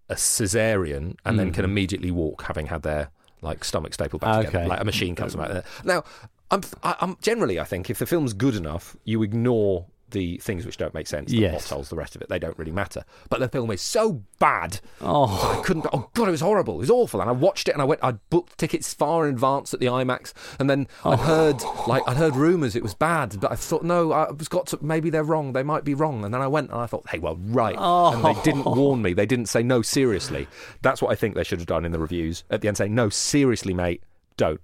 a cesarean and then can immediately walk, having had their like stomach stapled back
Mm-hmm. Okay. Uh,
together, like a machine comes out. There. Now, I'm I, I'm generally I think if the film's good enough, you ignore the things which don't make sense, the
Yes.
plot holes, the rest of it, they don't really matter. But the film is so bad,
Oh.
I couldn't. Oh god, it was horrible. It was awful. And I watched it, and I went. I booked tickets far in advance at the IMAX, and then I heard like I heard rumors it was bad, but I thought no, I was got to. Maybe they're wrong. They might be wrong. And then I went, and I thought, hey, well, right. And they didn't warn me. They didn't say no seriously. That's what I think they should have done in the reviews at the end, saying no seriously, mate, don't.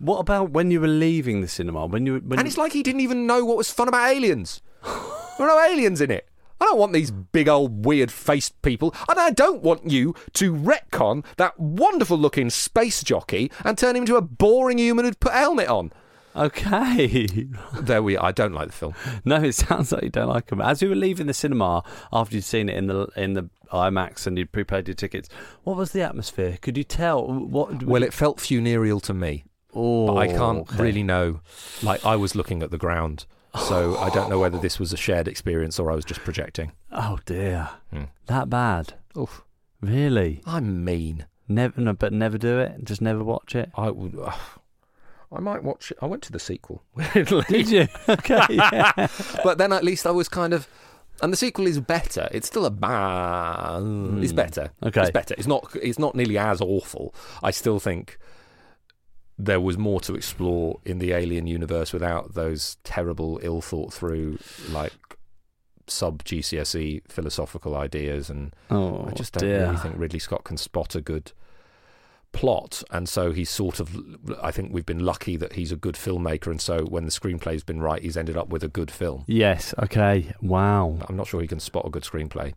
What about when you were leaving the cinema? When you were- when
And it's like he didn't even know what was fun about aliens. there are no aliens in it. I don't want these big old weird faced people. And I don't want you to retcon that wonderful looking space jockey and turn him into a boring human who'd put a helmet on.
okay,
There we are. I don't like the film.
no, it sounds like you don't like them. As you were leaving the cinema after you'd seen it in the in the IMAX and you'd prepaid your tickets, what was the atmosphere? Could you tell what?
Well, it felt funereal to me. but I can't
okay.
really know. Like, I was looking at the ground. So I don't know whether this was a shared experience or I was just projecting.
Oh dear, that bad.
Oof.
Really?
I'm mean.
Never, no, but never do it. Just never watch it.
I would. ugh. I might watch it. I went to the sequel. weirdly.
Did you? okay. Yeah.
but then at least I was kind of. And the sequel is better. It's still a bad. It's better.
Hmm. Okay.
It's better. It's not. It's not nearly as awful. I still think there was more to explore in the Alien universe without those terrible, ill thought through, like sub GCSE E philosophical ideas. And
Oh,
I just don't
dear.
really think Ridley Scott can spot a good plot and so he's sort of i think we've been lucky that he's a good filmmaker and so when the screenplay's been right he's ended up with a good film
Yes. Okay. Wow.
I'm not sure he can spot a good screenplay.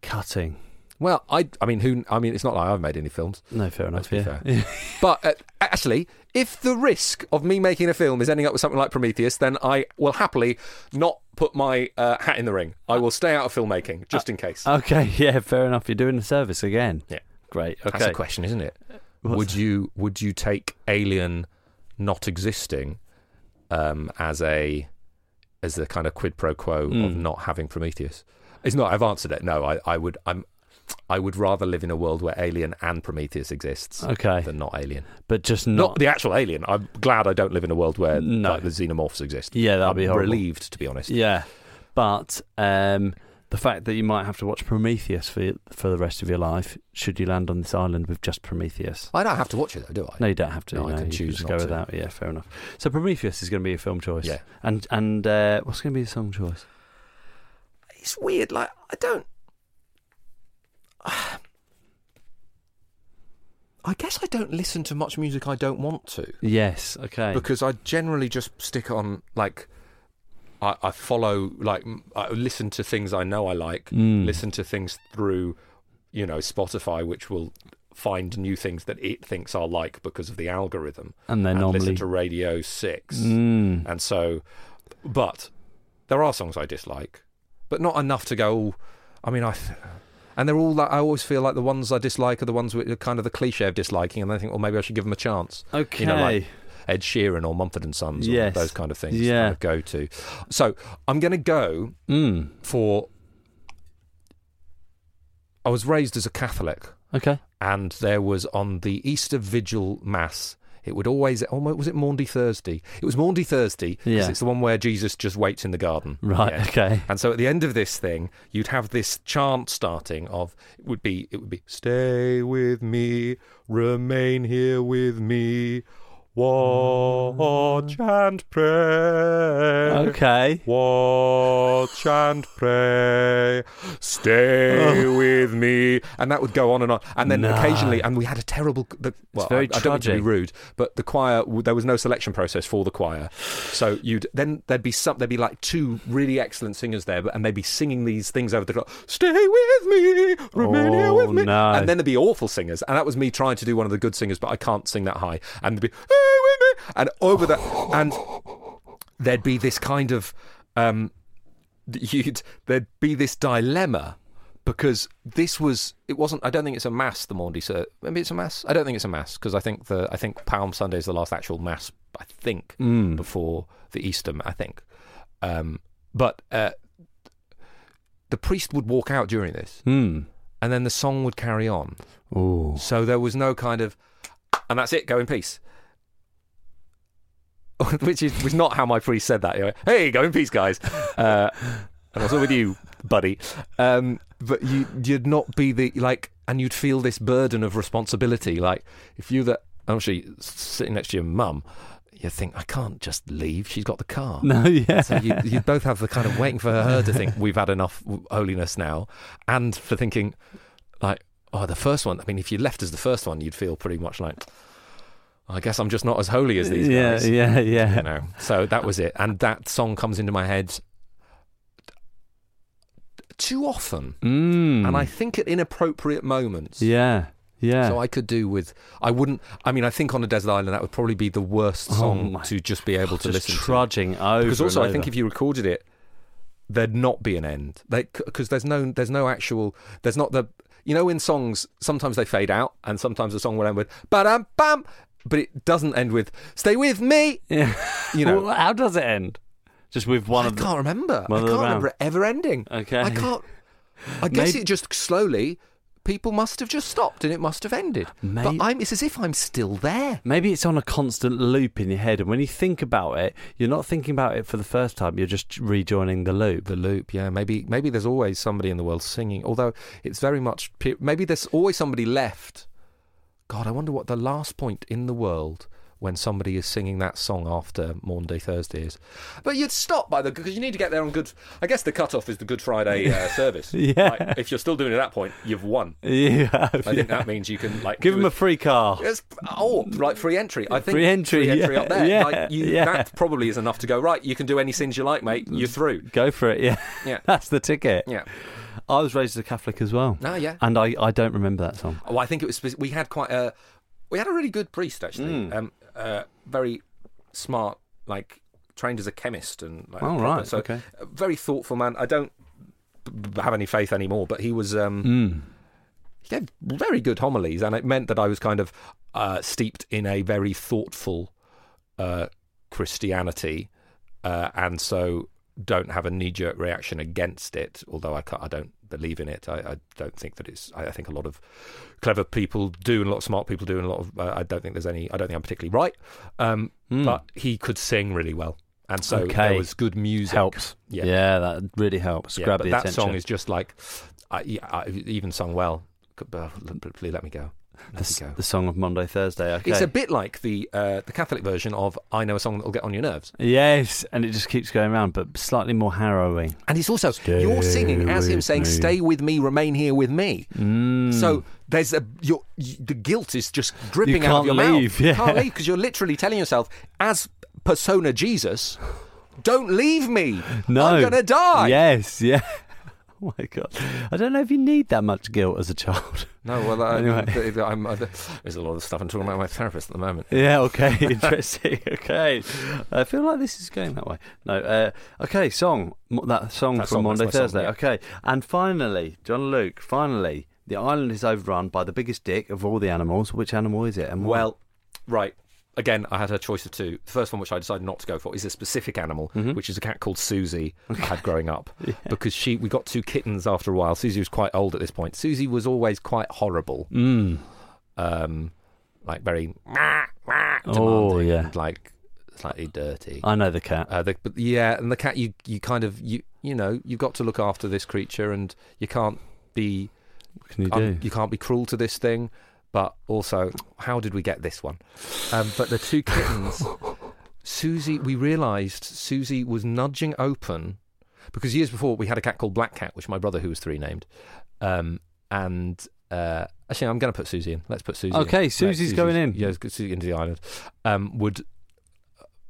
Cutting.
Well, I, I mean, who? I mean, it's not like I've made any films.
No, fair enough.
Let's be
yeah.
fair. But uh, actually, if the risk of me making a film is ending up with something like Prometheus, then I will happily not put my uh, hat in the ring. I will stay out of filmmaking
Uh,
just in case.
okay. Yeah. Fair enough. You're doing the service again.
Yeah.
Great. Okay.
That's a question, isn't it?
What's
would
that?
you would you take Alien not existing um, as a as the kind of quid pro quo of
Hmm.
not having Prometheus? It's not. I've answered it. No, I, I would. I'm. I would rather live in a world where Alien and Prometheus exists
Okay.
than not Alien.
But just
Not,
not.
the actual Alien. I'm glad I don't live in a world where
No.
like, the xenomorphs exist.
Yeah, that'd
I'm
be horrible.
relieved to be honest.
yeah. But um, the fact that you might have to watch Prometheus for for the rest of your life, should you land on this island with just Prometheus.
I don't have to watch it though, do I?
No, you don't have to.
No, I can
you
choose
just
not
go
to.
without. Yeah, fair enough. So Prometheus is going to be your film choice.
Yeah.
And and uh, what's going to be your song choice?
it's weird. Like I don't. I guess I don't listen to much music I don't want to
Yes. Okay.
because I generally just stick on like I, I follow like m- I listen to things I know I like,
Mm.
listen to things through you know Spotify, which will find new things that it thinks I like because of the algorithm,
And they're normally-
listen to Radio Six,
Mm.
and so but there are songs I dislike, but not enough to go. "Oh, I mean, I. And they're all like I always feel like the ones I dislike are the ones which are kind of the cliche of disliking, and I think, well, maybe I should give them a chance.
Okay.
You know, like Ed Sheeran or Mumford and Sons, or
Yes.
those kind of things.
Yeah.
kind of go to. So I'm going to go
Mm.
for. I was raised as a Catholic,
Okay.
and there was on the Easter Vigil Mass. It would always, oh, my- was it Maundy Thursday? It was Maundy Thursday 'cause
Yeah.
it's the one where Jesus just waits in the garden.
Right,
Yeah.
okay.
And so at the end of this thing, you'd have this chant starting of it would be it would be stay with me, remain here with me, watch and pray.
Oh. Okay.
Watch and pray. Stay with me. And that would go on and on. And then
Oh. No.
occasionally, and we had a terrible. The, well,
very
I, I don't mean to be
tragic.
rude, but the choir w- there was no selection process for the choir. So you'd then there'd be some there'd be like two really excellent singers there, but, and they'd be singing these things over the clock. Stay with me, remain here with
Oh,
me,
no.
and then there'd be awful singers, and that was me trying to do one of the good singers, but I can't sing that high. And there'd be stay with me, and over that, and there'd be this kind of um, you'd there'd be this dilemma because this was it wasn't I don't think it's a mass the Maundy so maybe it's a mass I don't think it's a mass because I think the I think Palm Sunday is the last actual mass I think before the Easter I think um, but uh, the priest would walk out during this
Hmm.
and then the song would carry on
Ooh.
so there was no kind of, and that's it, go in peace. Which is was not how my priest said that. He went, hey, go in peace, guys. Uh, and also with you, buddy. Um, but you, you'd not be the like, and you'd feel this burden of responsibility. Like if you that actually sitting next to your mum, you think I can't just leave. She's got the car.
No. Yeah.
So you, you both have the kind of waiting for her to think we've had enough w- holiness now, and for thinking like, oh, the first one. I mean, if you left as the first one, you'd feel pretty much like, I guess I'm just not as holy as these
yeah,
guys.
yeah, yeah,
You know. So that was it. And that song comes into my head too often.
Mm.
And I think at inappropriate moments.
yeah, yeah.
So I could do with. I wouldn't. I mean, I think on a desert island that would probably be the worst song
Oh my
to just be able to
just
listen to.
trudging over.
Because also,
and
I think
over.
if you recorded it, there'd not be an end. Because there's no there's no actual there's not the you know in songs sometimes they fade out and sometimes the song will end with bam bam, but it doesn't end with stay with me.
Yeah.
You know.
Well, how does it end? Just with one
I
of the-
can't remember. I
one of
can't
the
remember
round.
it ever ending.
Okay.
I can't. I guess
Maybe-
it just slowly. People must have just stopped and it must have ended.
May-
But I'm, it's as if I'm still there.
Maybe it's on a constant loop in your head, and when you think about it, you're not thinking about it for the first time. You're just rejoining the loop.
the loop yeah maybe maybe there's always somebody in the world singing although it's very much pe- maybe there's always somebody left god i wonder what the last point in the world when somebody is singing that song after Maunday Thursday is, but you'd stop by the because you need to get there on good. I guess the cutoff is the Good Friday uh, service.
Yeah.
Like, if you're still doing it at that point, you've won.
Yeah,
I think that means you can like
Give
do
him a
as-
free car.
Yes, oh, right, free entry. I think
Free entry,
free entry
yeah,
up there.
yeah,
like you,
yeah.
that probably is enough to go. Right, you can do any sins you like, mate. You're through.
Go for it. Yeah,
Yeah.
that's the ticket.
Yeah.
I was raised as a Catholic as well.
Ah, yeah.
and I, I don't remember that song.
Oh, I think it was. spec- We had quite a. We had a really good priest
Hmm.
actually. Um, uh, very smart, like trained as a chemist and. Like,
Oh,
proper-
right,
So
okay.
a very thoughtful man. I don't b- b- have any faith anymore, but he was. Um,
Hmm.
He gave very good homilies, and it meant that I was kind of uh, steeped in a very thoughtful uh, Christianity, uh, and so don't have a knee-jerk reaction against it. Although I, ca- I don't believe in it, I, I don't think that it's. I, I think a lot of clever people do, and a lot of smart people do, and a lot of. Uh, I don't think there's any. I don't think I'm particularly right. Um, But he could sing really well, and so
Hmm. Okay.
there was good music.
Helps.
Yeah.
that really helps.
Yeah,
Grab
but
the
that
attention.
song is just like, I, yeah, I even sung well. Could- uh, Please let me go.
the,
Let
s-
me go.
the song of Monday Thursday. Okay.
It's a bit like the uh, the Catholic version of "I Know a Song That'll Get on Your Nerves."
yes, and it just keeps going around, but slightly more harrowing.
And it's also you're singing as him saying, "Stay with me, remain here with me."
Mm.
So there's a your y- the guilt is just dripping out of your
can't
mouth.
leave,
You
yeah.
can't leave because you're literally telling yourself, as persona Jesus, "Don't leave me.
No,
I'm gonna die."
Yes, yeah. Oh my god, I don't know if you need that much guilt as a child.
No, well, I,
Anyway.
I, am I, there's a lot of stuff I'm talking about with my therapist at the moment.
Yeah, okay, interesting. okay, I feel like this is going that way. No, uh, okay, song Mo- that song
That
from
song, that's
Monday
my song,
Thursday.
yeah.
Okay, and finally, John Luke. Finally, the island is overrun by the biggest dick of all the animals. Which animal is it? And why?
Well, right. Again, I had a choice of two. The first one, which I decided not to go for, is a specific animal,
Mm-hmm.
which is a cat called Susie I had growing up. Because she, we got two kittens after a while. Susie was quite old at this point. Susie was always quite horrible.
Mm.
Um, like very demanding
Oh, yeah.
and like slightly dirty.
I know the cat.
Uh, the, but yeah, and the cat, you you kind of you you know you've got to look after this creature, and you can't be
What can you
um,
do?
you can't be cruel to this thing, but also, how did we get this one? Um, but the two kittens, Susie, we realised Susie was nudging open because years before we had a cat called Black Cat, which my brother, who was three, named. Um, and uh, actually, I'm going to put Susie in. Let's put Susie in.
Okay,
Let
Susie's going in.
Yeah, let's get Susie into the island. Um, would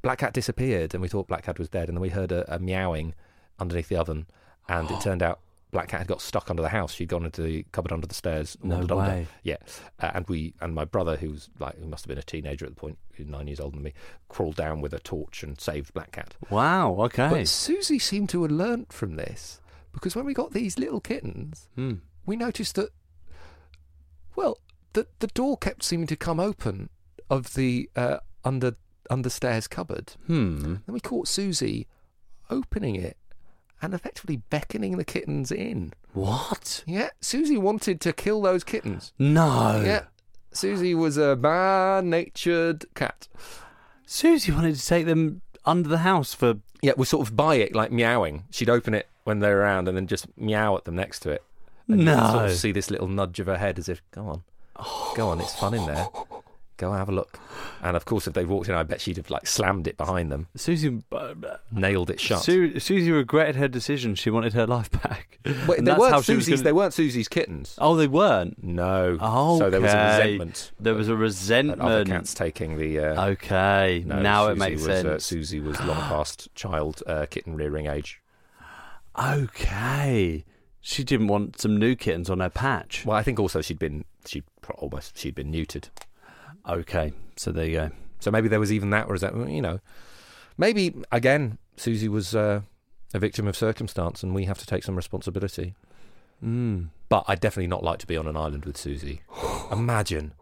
Black Cat disappeared and we thought Black Cat was dead, and then we heard a, a meowing underneath the oven, and it turned out Black Cat had got stuck under the house. She'd gone into the cupboard under the stairs.
No
wandered under.
way.
Yeah, uh, and we and my brother, who was like, who must have been a teenager at the point, who's nine years older than me, crawled down with a torch and saved Black Cat.
wow. Okay.
But Susie seemed to have learnt from this because when we got these little kittens,
Hmm.
we noticed that, well, the the door kept seeming to come open of the uh, under under stairs cupboard.
hmm.
Then we caught Susie opening it and effectively beckoning the kittens in.
What?
Yeah, Susie wanted to kill those kittens.
No.
Oh, Yeah, Susie was a bad-natured cat.
Susie wanted to take them under the house for.
Yeah, was sort of by it, like meowing. She'd open it when they were around and then just meow at them next to it. And you could
No.
sort of see this little nudge of her head as if, go on, go on, it's fun in there. Go and have a look. And of course, if they walked in, I bet she'd have like slammed it behind them,
Susie, uh,
nailed it shut.
Su- Susie regretted her decision. She wanted her life back.
Wait,
And
they
that's how
weren't
she was
Susie's.
gonna-
They weren't Susie's kittens.
Oh, they weren't.
No.
Oh,
So there was a resentment.
There was a
At other
resentment.
cats taking the. Uh,
Okay,
no,
Oh, now it
Susie
makes
was, Uh,
sense.
Susie was long past child uh, kitten rearing age.
okay, she didn't want some new kittens on her patch.
Well, I think also she'd been she would almost she'd been neutered.
Okay, so there you go.
So maybe there was even that, or is that you know, maybe again Susie was uh, a victim of circumstance, and we have to take some responsibility.
Mm.
But I'd definitely not like to be on an island with Susie. Imagine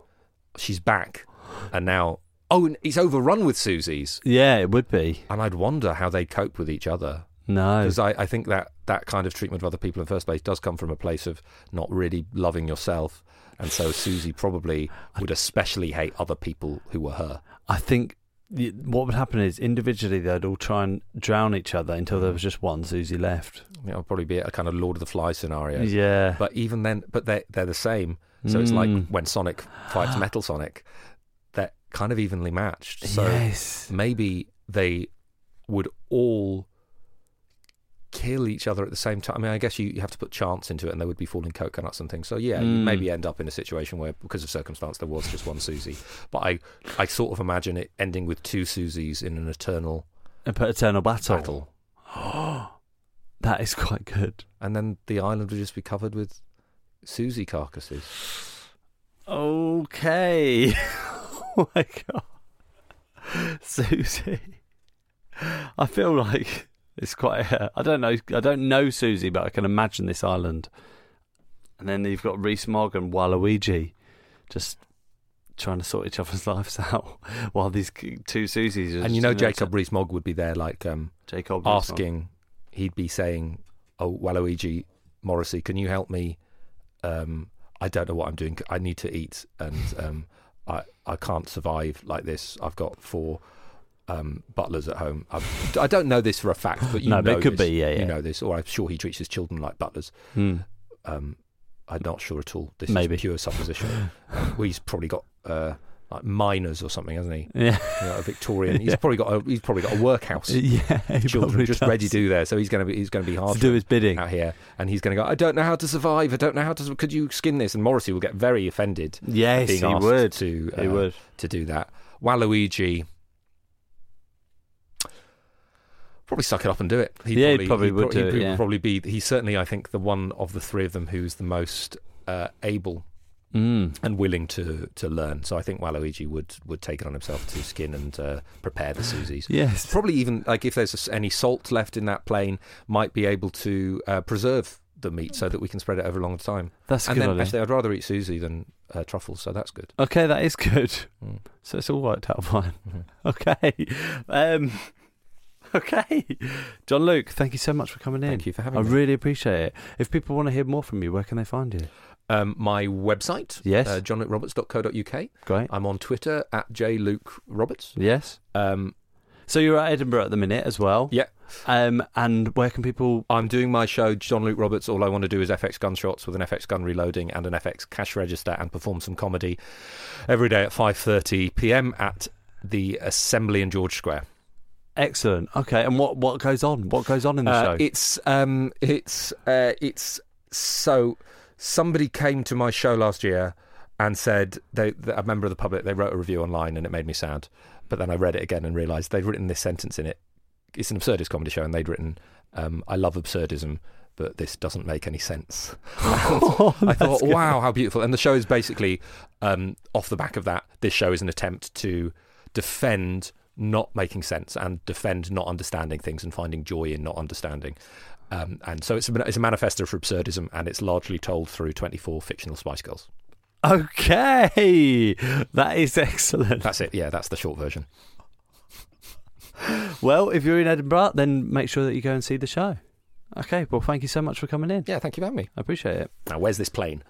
she's back, and now oh, and it's overrun with Susies,
Yeah, it would be.
and I'd wonder how they cope with each other.
No,
Because I, I think that that kind of treatment of other people in the first place does come from a place of not really loving yourself. And so Susie probably would especially hate other people who were her.
I think y- what would happen is individually they'd all try and drown each other until there was just one Susie left.
You know, it'd probably be a kind of Lord of the Flies scenario.
Yeah,
But even then, but they're, they're the same. So it's like
Mm.
when Sonic fights Metal Sonic, they're kind of evenly matched. So Hmm.
yes,
maybe they would all kill each other at the same time. I mean, I guess you, you have to put chance into it, and they would be falling coconuts and things. So yeah, you
Mm.
maybe end up in a situation where, because of circumstance, there was just one Susie. But I, I sort of imagine it ending with two Susies in an eternal
a paternal battle.
battle,
That is quite good.
and then the island would just be covered with Susie carcasses.
Okay. oh my god. Susie. I feel like it's quite uh, I don't know I don't know Susie, but I can imagine this island. And then you've got Reese Mogg and Waluigi just trying to sort each other's lives out while these c- two Susies are
and
just,
you know, Jacob Rees-Mogg would be there, like um,
Jacob Rees-Mogg.
asking, he'd be saying, "Oh, Waluigi Morrissey, can you help me? Um, I don't know what I'm doing. I need to eat, and um, I I can't survive like this. I've got four um, butlers at home. I've, I don't know this for a fact, but you
No, but
know
it could
this.
be, yeah, yeah.
you know this, or I'm sure he treats his children like butlers.
Hmm.
Um, I'm not sure at all. This
Maybe.
is pure supposition. well, he's probably got uh, like miners or something, hasn't he?
Yeah.
You know, a Victorian. He's probably got a, he's probably got a workhouse
yeah. he
children
probably
just
does.
ready to do there. So he's going to be he's going to be hard
to do his bidding.
out here, and he's going to go. I don't know how to survive. I don't know how to. Could you skin this? And Morrissey will get very offended. at
Yes,
being
he
asked
would.
to
He
uh,
would.
to do that. Waluigi. Probably suck it up and do it. He
Yeah, he probably would
prob-
do it,
would
yeah.
probably be. He's certainly, I think, the one of the three of them who's the most uh, able
Mm.
and willing to to learn. So I think Waluigi would would take it on himself to skin and uh, prepare the Susies.
Yes.
Probably even like if there's s- any salt left in that plane, might be able to uh, preserve the meat so that we can spread it over a long time.
That's a
and
good
then
idea.
actually, I'd rather eat Susie than uh, truffles, so that's good.
Okay, that is good.
Mm.
So it's all worked out fine.
Mm-hmm.
Okay. Um, okay. John Luke, thank you so much for coming in.
Thank you for having
I
me.
really appreciate it. If people want to hear more from you, where can they find you?
Um, my website,
Yes.
uh, johnlukeroberts.co.uk.
Great.
I'm on Twitter at jlukeroberts.
Yes.
Um,
So you're at Edinburgh at the minute as well.
yeah,
Um, and where can people?
I'm doing my show, John Luke Roberts. All I want to do is FX gunshots with an FX gun reloading and an FX cash register, and perform some comedy every day at 5:30 p.m. at the Assembly in George Square.
Excellent. Okay. And what what goes on? What goes on in the
Uh,
show?
It's um, it's uh, it's so somebody came to my show last year and said they, they a member of the public they wrote a review online and it made me sad. But then I read it again and realised they'd written this sentence in it. It's an absurdist comedy show and they'd written, um, "I love absurdism." But this doesn't make any sense. I thought, wow, how beautiful. And the show is basically um, off the back of that. This show is an attempt to defend not making sense and defend not understanding things and finding joy in not understanding. Um, and so it's a, it's a manifesto for absurdism and it's largely told through 24 fictional Spice Girls.
okay. That is excellent.
That's it. Yeah, that's the short version.
Well, if you're in Edinburgh, then make sure that you go and see the show. Okay. Well, thank you so much for coming in.
Yeah, thank you for having me.
I appreciate it.
Now, where's this plane?